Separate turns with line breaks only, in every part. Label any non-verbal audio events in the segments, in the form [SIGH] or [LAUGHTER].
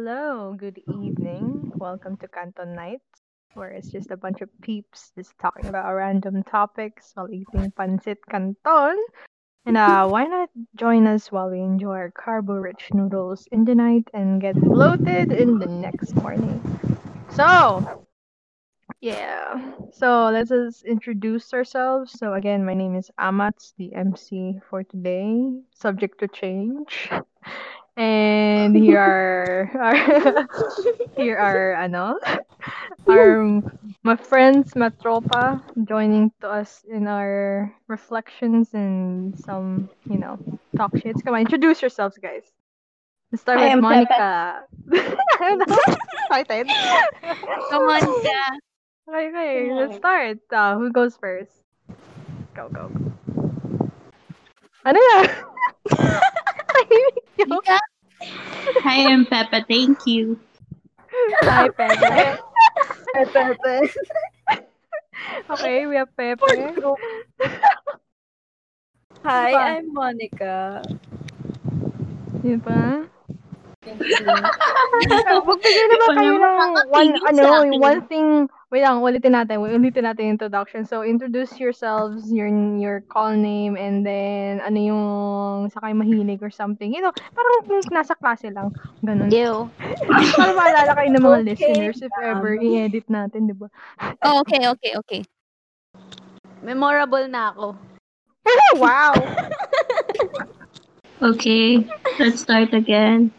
hello. Good evening. Welcome to Canton Nights, where it's just a bunch of peeps just talking about random topics while eating pancit canton. And uh, why not join us while we enjoy our carbo-rich noodles in the night and get bloated in the next morning. So, yeah. So let's just introduce ourselves. So again, my name is Amats, the MC for today, subject to change. [LAUGHS] And here are [LAUGHS] our here are ano our my friends Matropa joining to us in our reflections and some you know talk shits. Come on, introduce yourselves, guys. Let's start
I
with
am Pepe.
Monica. [LAUGHS] Ano? Excited?
Come on,
[LAUGHS]
ka.
Okay, okay, let's
Alright.
start. Uh, who goes first? Go, go. Ano na? Tahimik yun.
Mika?
I am Peppa, thank you.
Hi, Pepe. Okay, we have Pepe. Ano
Hi,
pa?
I'm Monica.
Yun pa.
Thank you.
Magbigay Diba? naman
Wala
kayo
namang
ng
kakainis
one,
sa
ano,
akin.
one thing. Wait lang, ulitin natin. Ulitin natin yung introduction. So, introduce yourselves, your your call name, and then ano yung sa kayo mahilig or something. You know, parang kung nasa klase lang. Ganun.
Ew.
Para maalala kayo ng mga
Okay,
listeners if ever
um.
i-edit natin, diba? di ba?
Oh, okay, okay, okay. Memorable na ako.
wow!
Okay, let's start again.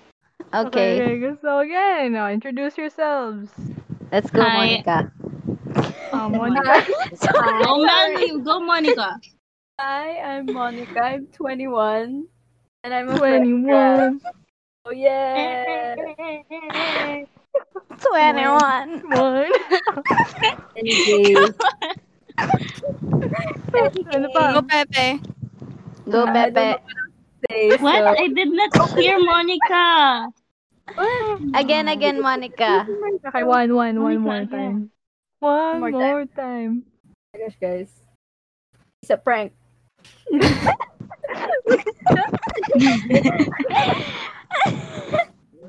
Okay.
So, again, oh, introduce yourselves.
Let's go,
Hi.
[LAUGHS] Monica.
Oh, [LAUGHS] Monica.
Go,
eh.
Manu! Go, Monica!
Hi, I'm Monica. I'm 21. And I'm a fresh
21.
grad. Oh, yeah.
21. One.
Anyway,
ano pa?
Go, Pepe. Go,
I don't
Pepe.
know say,
What?
so-
I did not hear Monica!
Again, again, Monica.
Okay, one, one, one more
Monica, yeah.
time. One
One more
more time.
Oh my gosh, guys. It's a prank.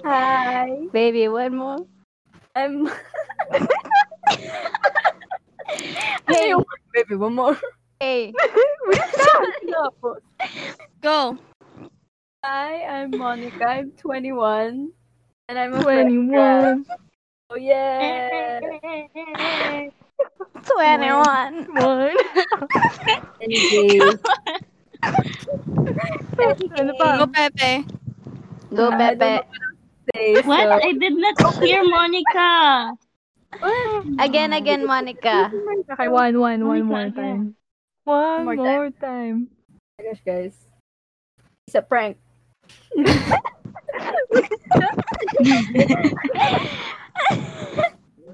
Hi,
Baby, one more.
[LAUGHS] I'm
Hey,
baby. One [LAUGHS] more.
hey.
Tapos.
Go.
Hi, I'm Monica. I'm 21. And I'm a fresh
21.
grad. Oh, [LAUGHS] yeah.
21.
One.
Anyway,
Ano pa?
Pepe. Go,
I don't
Pepe.
know what to say,
What?
so-
I did not hear Monica!
Again, again, Monica.
Okay, one, one, one more
Monica, yeah.
time. One
More time.
more time.
Oh my gosh, guys. It's a prank.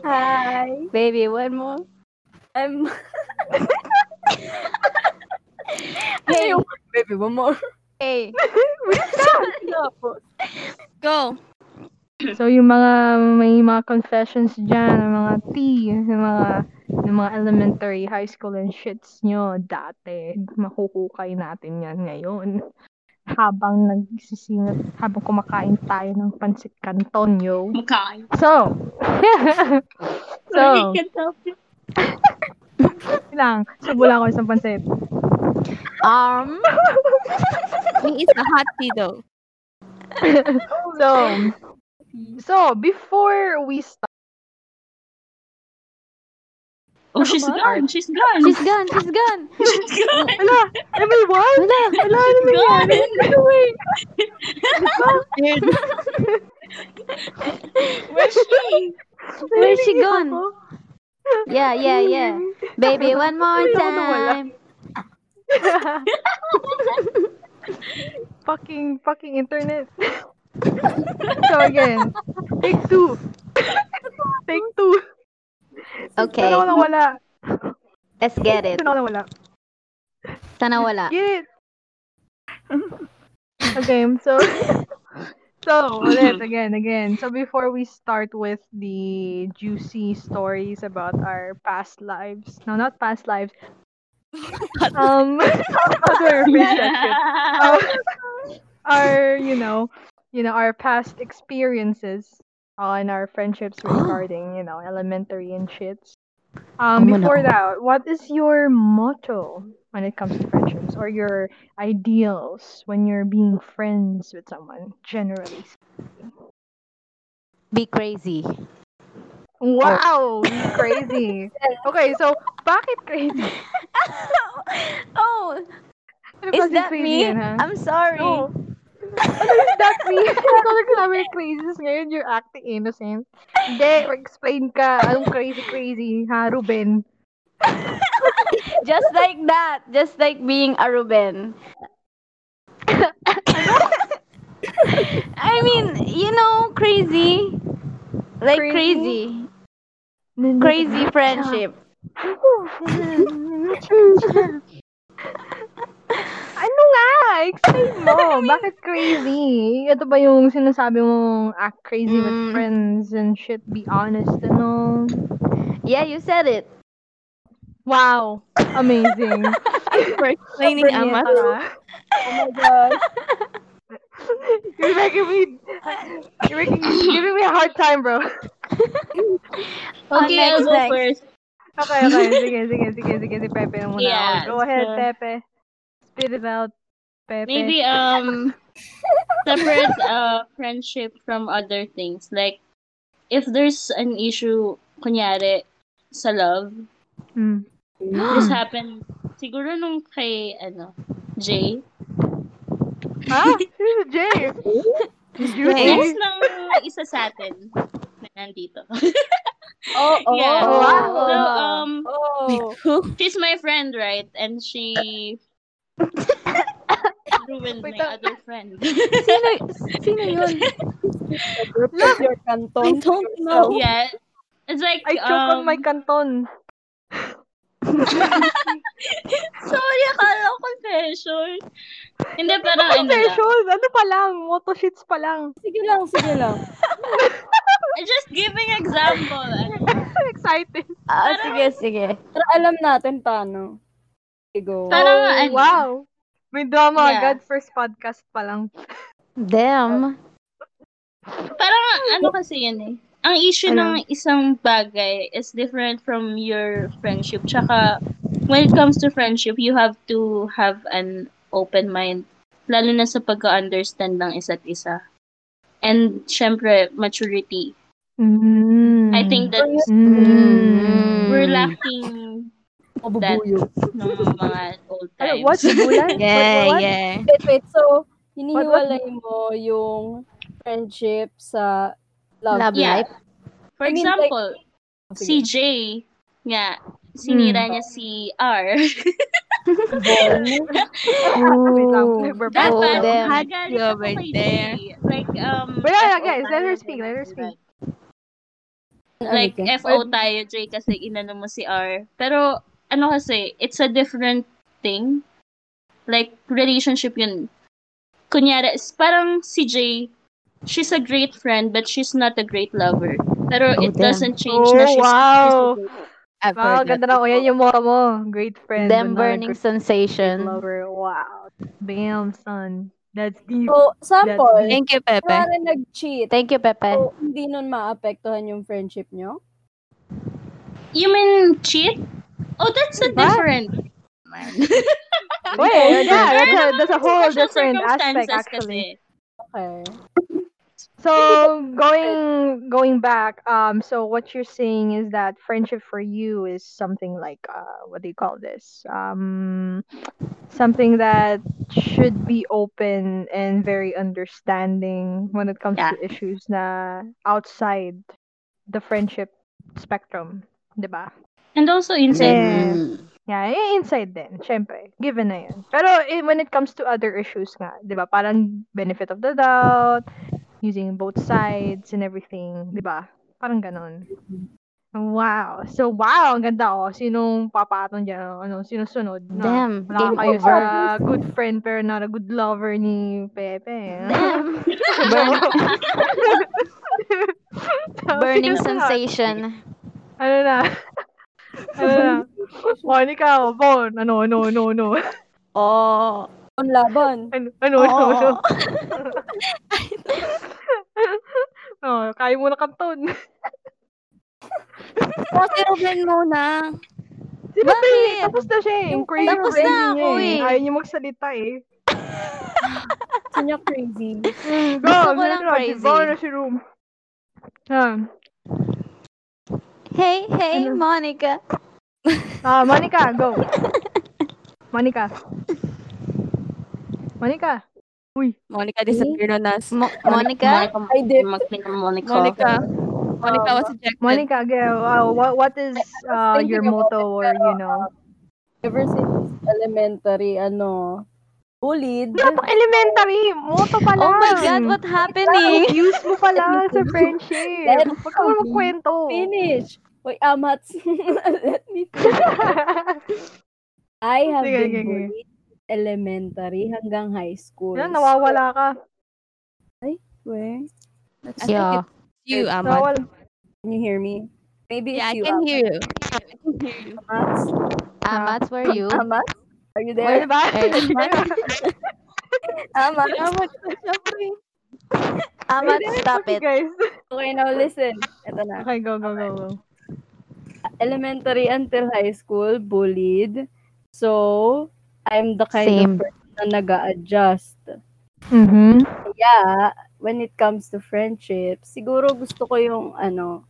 Hi,
Baby, one more.
[LAUGHS] I'm
Hey,
baby. One [LAUGHS] more.
hey.
[LAUGHS]
Tapos.
Go.
So, yung mga, may mga confessions dyan, ng mga T, ng mga, ng mga elementary, high school, and shits nyo dati. Makuhukay natin yan ngayon. Habang nagsisingit, habang kumakain tayo ng pansit canton, yo.
Mukha.
So, [LAUGHS] so,
Sorry, katabi.
yun lang, subulan ko isang pansit.
Um, may isa hot tea though.
So, so, before we start,
Oh, she's gone! [LAUGHS] She's gone!
She's gone, she's gone.
She's gone!
ala, everyone,
Wala.
ala, ano ba yan?
[LAUGHS]
Ano ba yan? [LAUGHS]
Where's she?
Where's she gone?
Ako? Hmm.
Yeah, yeah, yeah.
[LAUGHS]
Baby, one more
Ayoko na wala.
time.
fucking, fucking internet. [LAUGHS] so again, take two. [LAUGHS] take two.
Okay,
Sana walang wala.
let's get it.
Sana walang wala.
Sana wala.
Get it! [LAUGHS] okay, so [LAUGHS] so ulit again, again. So before we start with the juicy stories about our past lives, no, not past lives. [LAUGHS] um, other relationship.
Yeah.
Oh
[LAUGHS] our, our, you know, you know, our past experiences on our
[GASPS]
friendships regarding, you know, elementary and shits. Um,
Amo na
before
ako.
that, what is your motto when it comes to friendships or your ideals when you're being friends with someone, generally?
Be crazy. Oh.
Wow!
[LAUGHS]
Crazy! Okay, so, bakit crazy?
oh,
Ano
is
klaseng
that
crazy
me?
yan, ha?
I'm sorry.
No. Ano is that me? Ikaw nagsabi ng crazies ngayon, you're acting innocent. Hindi, explain ka. Anong crazy crazy, ha, Ruben?
[LAUGHS] Just like that. Just like being a Ruben. [LAUGHS] I mean, you know, crazy. Like
Crazy?
crazy. Crazy friendship.
ano nga? Explain mo. Bakit crazy? Ito ba yung sinasabi mong act crazy with
Mm.
friends and shit, be honest ano? and all?
Yeah, you said
[LAUGHS]
it.
Wow! Amazing.
Explaining
Brilliant
Amat.
[GASPS]
[GASPS]
ka.
Oh my gosh.
[LAUGHS] You're making me, you're making, you're giving me a hard time, bro.
Okay, I'll
next,
go
next.
first.
[LAUGHS] Okay, okay. Sige, sige, sige, sige. Si Pepe na muna. ako.
Yeah,
Go ahead,
sure.
Pepe. Spit it out, Pepe. [LAUGHS]
Maybe um separate uh friendship from other things. Like if there's an issue kunyari sa love,
Hmm.
[LAUGHS]
[GASPS]
this happened siguro nung kay ano Jay.
Ah, sino Jay?
Yes,
Juicy.
nang isa sa atin na nandito. [LAUGHS]
Oh, oh.
yeah.
Oh, wow.
So, um,
Oh.
she's my friend, right? And
[LAUGHS]
she ruined
Wait,
my
ah.
other friend.
Sino, sino yun?
[LAUGHS]
Look. Your canton.
I don't know.
yeah. It's like
I choke on
um,
my canton.
Sorry, akala ko confession. Hindi, parang ano lang.
Confession! Ano pa lang? Moto shits pa lang. [LAUGHS]
Sige lang, sige lang.
I'm just giving example. Ano.
Excited.
Ah, sige, sige.
Para alam natin paano. Go.
Parang
Oh,
ano.
Wow. May drama
Yeah.
agad. First podcast pa lang.
Damn.
Parang ano kasi yun eh. Ang issue
Ano?
ng isang bagay is different from your friendship. Tsaka, when it comes to friendship, you have to have an open mind. Lalo na sa pag-understand ng isa't isa. And, syempre, maturity. I
Hmm.
think that
Mm.
we're lacking that nung mga old
Ano,
times.
what? Bulan?
[LAUGHS] Yeah,
What, what?
yeah.
Wait, wait. So,
hinihiwalay
hinihiwalay mo yung friendship sa love.
Love
Yeah.
life.
For
I mean, like-
example, si Jay, nga, sinira
Hmm.
niya si R.
Wait lang.
Ooh.
We're back.
[LAUGHS] Oh,
Dapat,
damn.
magalit
Hot
ako kay
girl there.
Jay. Like, um...
Wait, yeah,
FO
guys, let her
tayo,
speak, let her speak.
Like, FO tayo, Jay, kasi inano mo si R. Pero, ano kasi, it's a different thing. Like, relationship yun. Kunyari, s- parang si Jay, she's a great friend, but she's not a great lover. Pero
Oh,
it
damn.
doesn't change
Oh,
na she's,
wow.
she's a great
I've
Wow,
heard
ganda na. O, yan yung motto mo. Great friend. but not
Them
a
burning
great
sensation.
Lover. Wow. Oh, Bam, son. That's deep.
So, sample,
Thank you, Pepe.
para nag-cheat,
Thank you, Pepe.
so, hindi nun maapektuhan yung friendship nyo?
You mean cheat? Oh, that's a
Diba?
different.
Wait, yeah, that's a, that's a whole
Special
different aspect,
circumstances
actually.
kasi.
Okay.
So going going back, um, so what you're saying is that friendship for you is something like uh, what do you call this? Um, something that should be open and very understanding when it comes
Yeah.
to issues na outside the friendship spectrum, diba?
And also inside.
Yeah. Yeah, eh, inside din, syempre. Given na yun. Pero eh, when it comes to other issues nga, di ba? Parang benefit of the doubt, using both sides and everything, di ba? Parang ganun. Wow. So, wow, ang ganda oh. Sinong papatong dyan? oh? Ano, sinusunod? Na,
Damn.
wala
Game
kayo
over.
sa good friend pero not a good lover ni Pepe. [LAUGHS] ah.
[LAUGHS] Damn.
So,
Burning
sinusunod.
sensation.
ah. Ano na? [LAUGHS] ano
[LAUGHS]
na? Monica, oh, Bon. Ano, ano, ano, ano?
Oh.
Ang laban.
[LAUGHS] Ano, ano, ano, ano?
oh.
Oh, kaya mo na kanton.
O, si Ruben muna.
Sino ba?
Bakit?
Tapos na siya eh. Yung crazy
Tapos
crazy
na
niya
ako eh.
Ayaw niya magsalita eh.
Gusto niya crazy.
Go,
Gusto ko
Mel
lang
Roger,
crazy.
bawa na si Room. Ah,
Hey, hey,
Ano?
Monica.
Ah, Monica, [LAUGHS] go. Monica. Monica.
Monica disappear on us.
Mo- Monica?
I did.
Mag-click ng Monica.
Monica. Monica was ejected.
Monica, go. Uh, what, what is uh, your
thinking about
motto or, you know?
Ever since elementary, ano, bullied.
Dapat elementary! Motto pa lang!
Oh my God, what
eh?
happening?
Use mo pala [LAUGHS] sa friendship.
Let
Huwag ka mo magkwento.
Finish. Wait, amats. [LAUGHS] Let
[LAUGHS]
me finish. I have
Sige,
been
sige, sige.
bullied elementary hanggang high school.
Yan, nawawala ka.
Where?
I think Yeah.
it's you, Amat.
Nawawala.
Can you hear me? Maybe
Yeah, I
it's you,
can hear you.
Amats.
Amats, were you?
Amats? Are you
Wala
there?
ba?
Amats? [LAUGHS]
Amats, stop
[LAUGHS] Okay,
it.
guys.
Okay, now listen. Ito na.
Okay, go, go, go, go.
elementary until high school, bullied. So, I'm the kind
Same.
of person na nag adjust
Mm-hmm.
Kaya, when it comes to friendship, siguro gusto ko yung ano,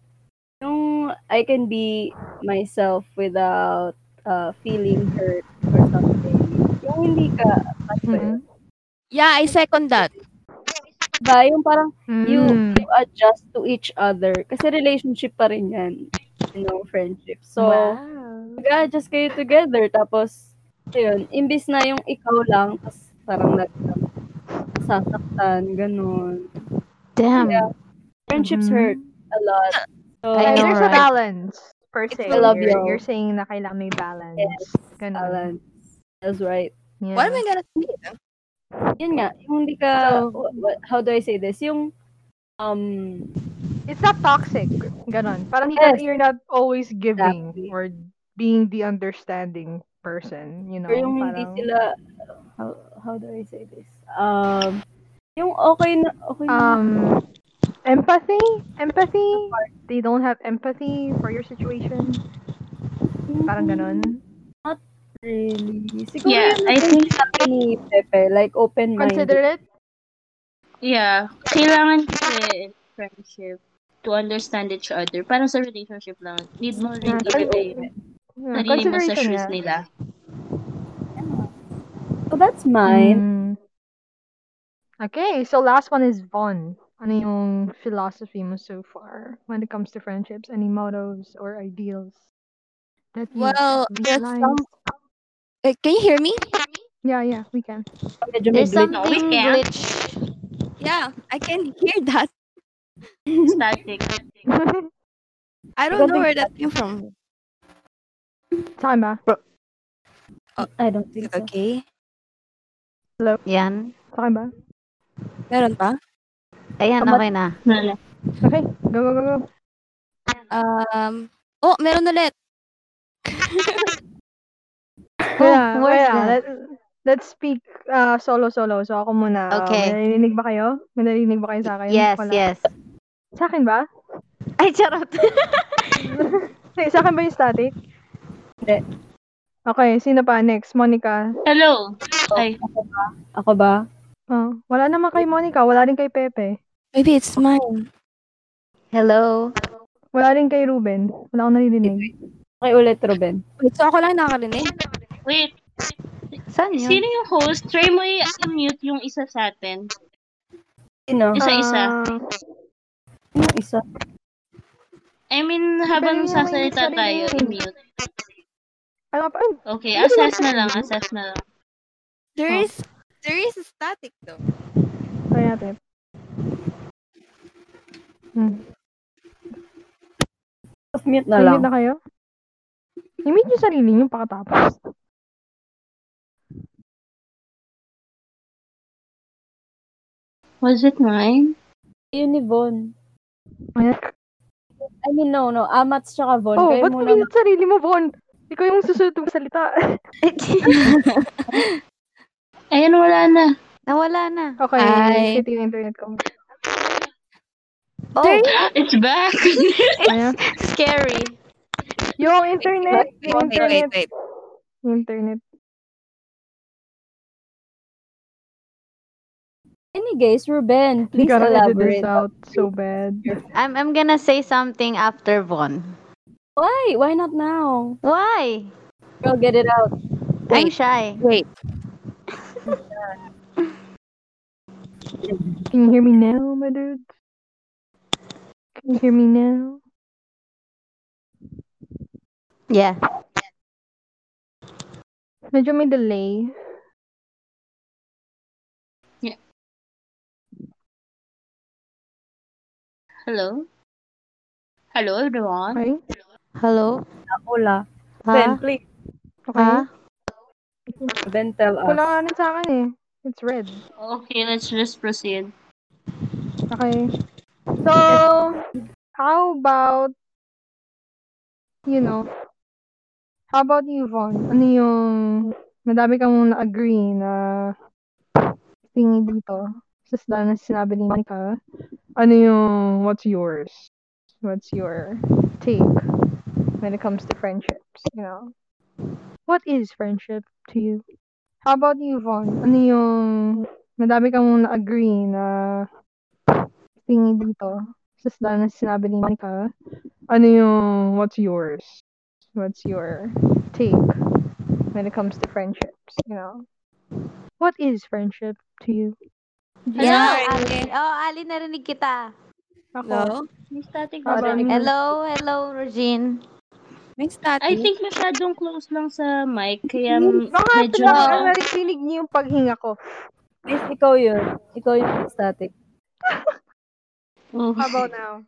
yung I can be myself without uh, feeling hurt or something. Yung hindi ka, ano
Mhm.
Yeah, I second that.
ba, Diba? yung parang you,
Mm.
you adjust to each other. Kasi relationship pa rin yan. You know, friendship. So,
Diba?
nag-adjust kayo together. Tapos, ayun, imbis na yung ikaw lang, tapos parang nag sasaktan, ganun.
Damn.
Yeah. Friendships
Mhm.
Mm-hmm.
hurt a lot. So,
I
And
know,
there's a
right?
balance, per se.
I love
you're,
you.
you're saying na kailangan may balance.
Yes,
Ganun.
balance. That's right.
Yeah.
What am I gonna say?
Yun nga, yung hindi ka, wh- wh- how do I say this? Yung, um,
It's not toxic. Ganon. Parang hindi ka-
Yes.
you're not always giving
Exactly.
or being the understanding person. You know?
or yung hindi
parang,
sila, how, how do I say this? Um, yung okay na, okay na.
Um, empathy? Empathy? They don't have empathy for your situation. Parang ganon.
Really. Siguro
Yeah,
yun
I
yung
think,
sabi ni Pepe, like open-minded.
Considerate?
yeah. Kailangan kasi in friendship to understand each other. Parang sa relationship lang. Need mo rin
Yeah,
iba
consider- Yeah,
yung sarili mo sa
Hmm, consideration
shoes
nga.
nila.
So that's mine.
Mm. Okay, so last one is Von. Ano yung philosophy mo so far when it comes to friendships? Any mottos or ideals? That you
Well, there's
realize?
some. Uh, can you hear me?
Yeah, yeah, we can. [LAUGHS]
Medyo may
There's
bleed.
something
can.
which...
Yeah, I can hear that.
Static.
I don't know where that came from.
Time ba?
I don't think so.
Okay.
Yan.
Time ba?
Meron pa?
Ayan,
Amat-
okay na.
Okay, go, go, go, go.
Um, oh, meron ulit.
Kaya,
where's
kaya,
that?
let, let's speak uh, solo-solo. So ako muna. Uh,
Okay.
May narinig ba kayo? May narinig ba kayo sa akin?
Yes,
Wala.
yes.
Sa akin ba?
[LAUGHS] Ay, charot.
Sa sa akin ba yung static?
Hindi.
Okay, sino pa? Next, Monica.
Hello. Ay,
Ako ba?
Oh, wala naman kay Monica, wala rin kay Pepe.
Maybe it's mine.
Hello.
Wala rin kay Ruben. Wala akong naririnig.
Okay, ulit, Ruben.
Wait, so ako lang nakakarinig?
wait.
Saan
Sino
yun?
yung host? Try mo i-mute yung isa sa atin.
Sino?
Isa-isa.
Ah,
Sino isa?
I mean, habang
Pero yun,
sasalita
sarili
tayo,
yun.
i-mute.
ano pa? Ay,
Okay, assess na lang, assess na lang.
There
Oh.
is, there is a static though.
try natin. Hmm.
Mute na
Tingin
lang.
na kayo? I-mute yung sarili nyo pakatapos.
Was it mine?
Yun ni Von.
Ayan.
I mean, no, no. Amats tsaka Von.
Oh,
Kayo
ba't
muna.
mute sarili mo, Bon? Ikaw yung susunod ng salita. [LAUGHS]
Ayan, wala na.
[LAUGHS] Nawala na.
Okay,
Ay.
Ay. yung internet ko.
Oh,
[LAUGHS] It's back!
Ayan.
Scary.
Yung internet!
wait,
Yung
wait, wait,
internet!
wait.
Yung internet.
Any guys, eh, Ruben,
We
please
gotta edit this
elaborate.
out so bad.
I'm, I'm gonna say something after Von.
Why? Why not now?
Why?
Girl, get it out.
I'm
Wait.
shy.
Wait.
Can you hear me now, my dudes? Can you hear me now?
Yeah.
Medyo may delay.
Hello? Hello, everyone?
Okay?
Hello?
Hola.
Ha?
Ruben, please.
Okay?
Ha?
Ruben, tell
Wala
us.
nga rin sa akin eh. It's red.
Okay, let's just proceed.
Okay. So, how about, you know, how about you, Von? Ano yung, madami ka mong na-agree na tingin dito. Just dahil na sinabi ni Monica, ano yung, what's yours? What's your take when it comes to friendships, you know? What is friendship to you? How about you, Von? Ano yung, madami ka mong na-agree na tingin dito. Tapos dahil na sinabi ni Monica, ano yung, what's yours? What's your take when it comes to friendships, you know? What is friendship to you?
Yeah,
Hello.
Ali. Oh, Ali, narinig kita.
Hello?
May static
ba? Parang-
Hello, hello, Regine.
May static.
I think masyadong close lang sa mic, kaya
Mm, Baka
medyo...
ah.
pinaka- naririnig niyo yung paghinga ko.
Please, ikaw yun. Ikaw yung static.
Oh.
How
[LAUGHS]
about now?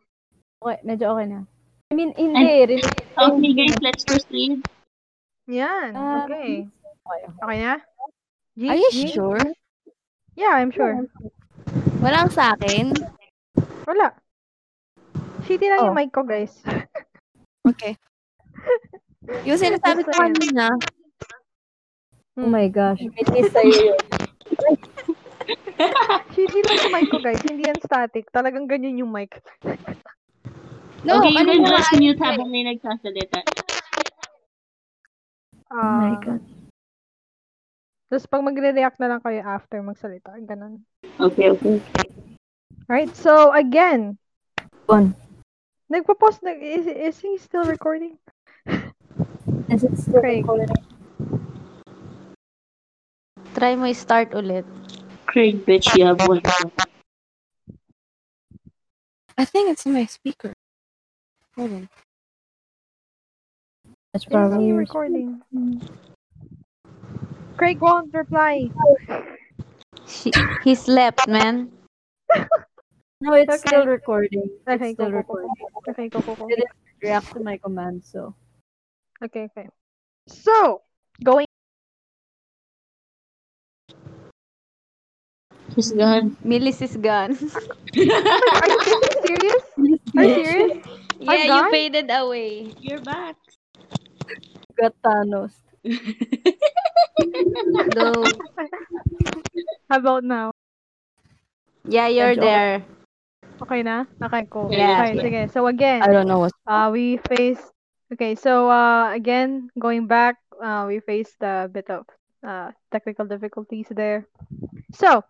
Okay, medyo okay na. I mean, hindi. rin.
Oh, Okay, guys, let's proceed.
Yan.
Ah,
Okay.
okay.
Okay na? G-
Um, Are you
G?
sure?
Yeah, I'm sure.
Walang sa akin?
Wala. Shitty lang yung
Oh.
mic ko, guys.
Okay. Yung sinasabi ko kanina,
Oh my gosh. May taste sa'yo yun.
Shitty lang yung mic ko, guys. Hindi yan static. Talagang ganyan yung mic.
no,
okay, you can
kanina,
just mute habang may nagsasalita.
Ah. Tapos pag magre-react na lang kayo after magsalita, ganun.
Okay, okay.
Alright, so again.
Bon.
Nagpo-post, nag is, is he still recording?
Is it still
Craig.
recording?
Try mo i-start ulit.
Craig, bitch, you have one.
I think it's in my speaker. Hold on.
Is
That's
he
probably
recording? Craig won't reply.
She, he slept, man.
No, it's
Okay.
still recording. It's
Okay,
still
go, go, go.
recording.
Okay, go, go, go.
React to my command, so.
Okay, okay. So, going
He's gone.
Millis is gone. [LAUGHS]
Are you freaking serious? Are you
[LAUGHS]
serious?
yeah, you
gone?
faded away.
You're back.
Got Thanos.
No.
How about now?
Yeah, you're
Medyo-
there.
Okay na? Okay, cool.
Yeah.
okay, sige. So again,
I don't know what.
Uh, we faced okay, so uh, again, going back, uh, we faced a bit of uh, technical difficulties there. So,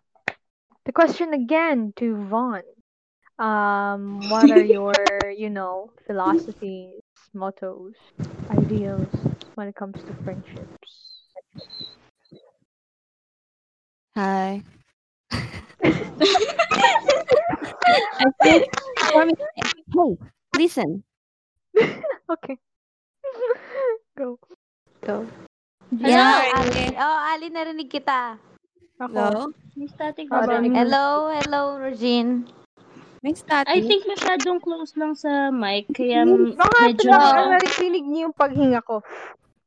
the question again to Vaughn. Um, what [LAUGHS] are your, you know, philosophies, mottos, ideals when it comes to friendships?
[LAUGHS] Hi. I think. Hey, listen.
Okay. Go.
Go.
Yeah,
Hello.
Ali. Oh, Ali, narinig kita.
Ako.
Hello?
May static
How about
ba?
you?
Hello, hello, Regine.
May static.
I think masyadong close lang sa mic, kaya
Mm, Baka
medyo...
pinaka- naririnig niyo yung paghinga ko.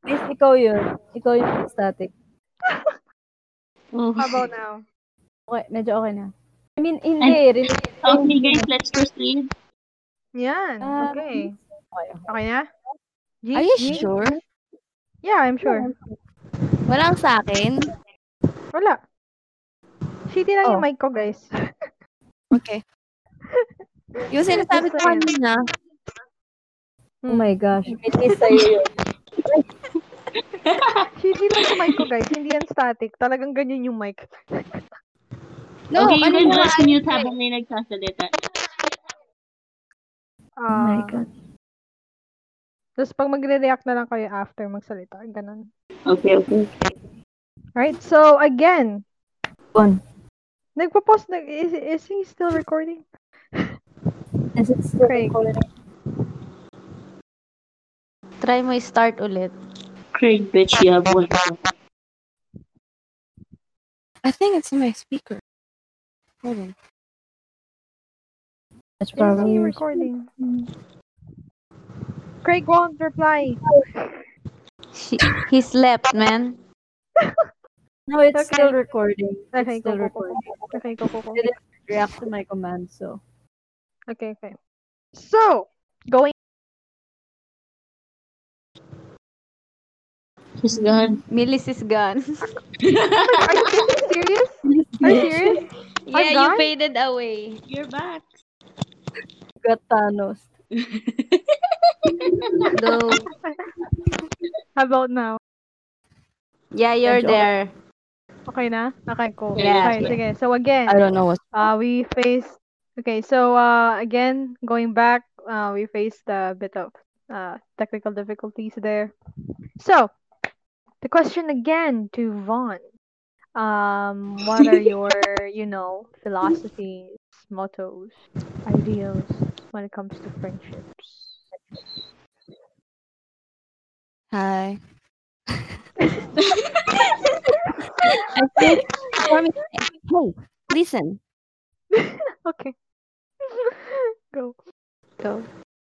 Please, ikaw yun. Ikaw yung static.
Oh.
How about now?
Okay, medyo okay na. I mean, hindi. rin.
Okay, guys, let's proceed.
Yan.
Ah,
[LAUGHS]
Okay.
Okay.
Okay na? G-
Are you
G?
sure?
Yeah, I'm sure.
Walang sa akin?
Wala. Shitty lang yung
Oh.
mic ko, guys.
Okay. Yung sinasabi ko
Gusto yun.
kanina,
Oh my gosh, may kiss sa'yo yun.
Hindi lang sa mic ko, guys. Hindi yan static. Talagang ganyan yung mic.
no,
okay, you
ano
can
ba?
just mute habang may nagsasalita.
Ah.
Oh
Tapos pag magre-react na lang kayo after magsalita, ganun.
Okay, okay.
Right? So, again.
One.
Nagpo-post. Nag is, is he still recording?
Is it still
Craig.
recording?
Try mo i-start ulit.
Craig, bitch, you have one.
I think it's in my speaker. Hold on.
That's
Is he
probably
recording? Craig won't reply.
She, he slept, man.
No, it's
Okay.
still recording. It's
Okay,
still
go, go, go.
recording.
Okay, go, go, go.
Did it react to my command, so.
Okay, okay. So, going
He's gone.
Millis is gone.
Are you freaking serious? Are you
[LAUGHS]
serious?
yeah, you
gone?
faded away.
You're back.
Got Thanos.
No.
How about now?
Yeah, you're
Medyo-
there.
Okay na? Okay, cool.
Yeah.
okay, sige. So again,
I don't know what.
uh, we faced... Okay, so uh, again, going back, uh, we faced a bit of uh, technical difficulties there. So, the question again to Vaughn. Um, what are your, you know, philosophies, mottos, ideals when it comes to friendships?
Hi. I think for me, hey, listen.
[LAUGHS] Okay. Go.
Go.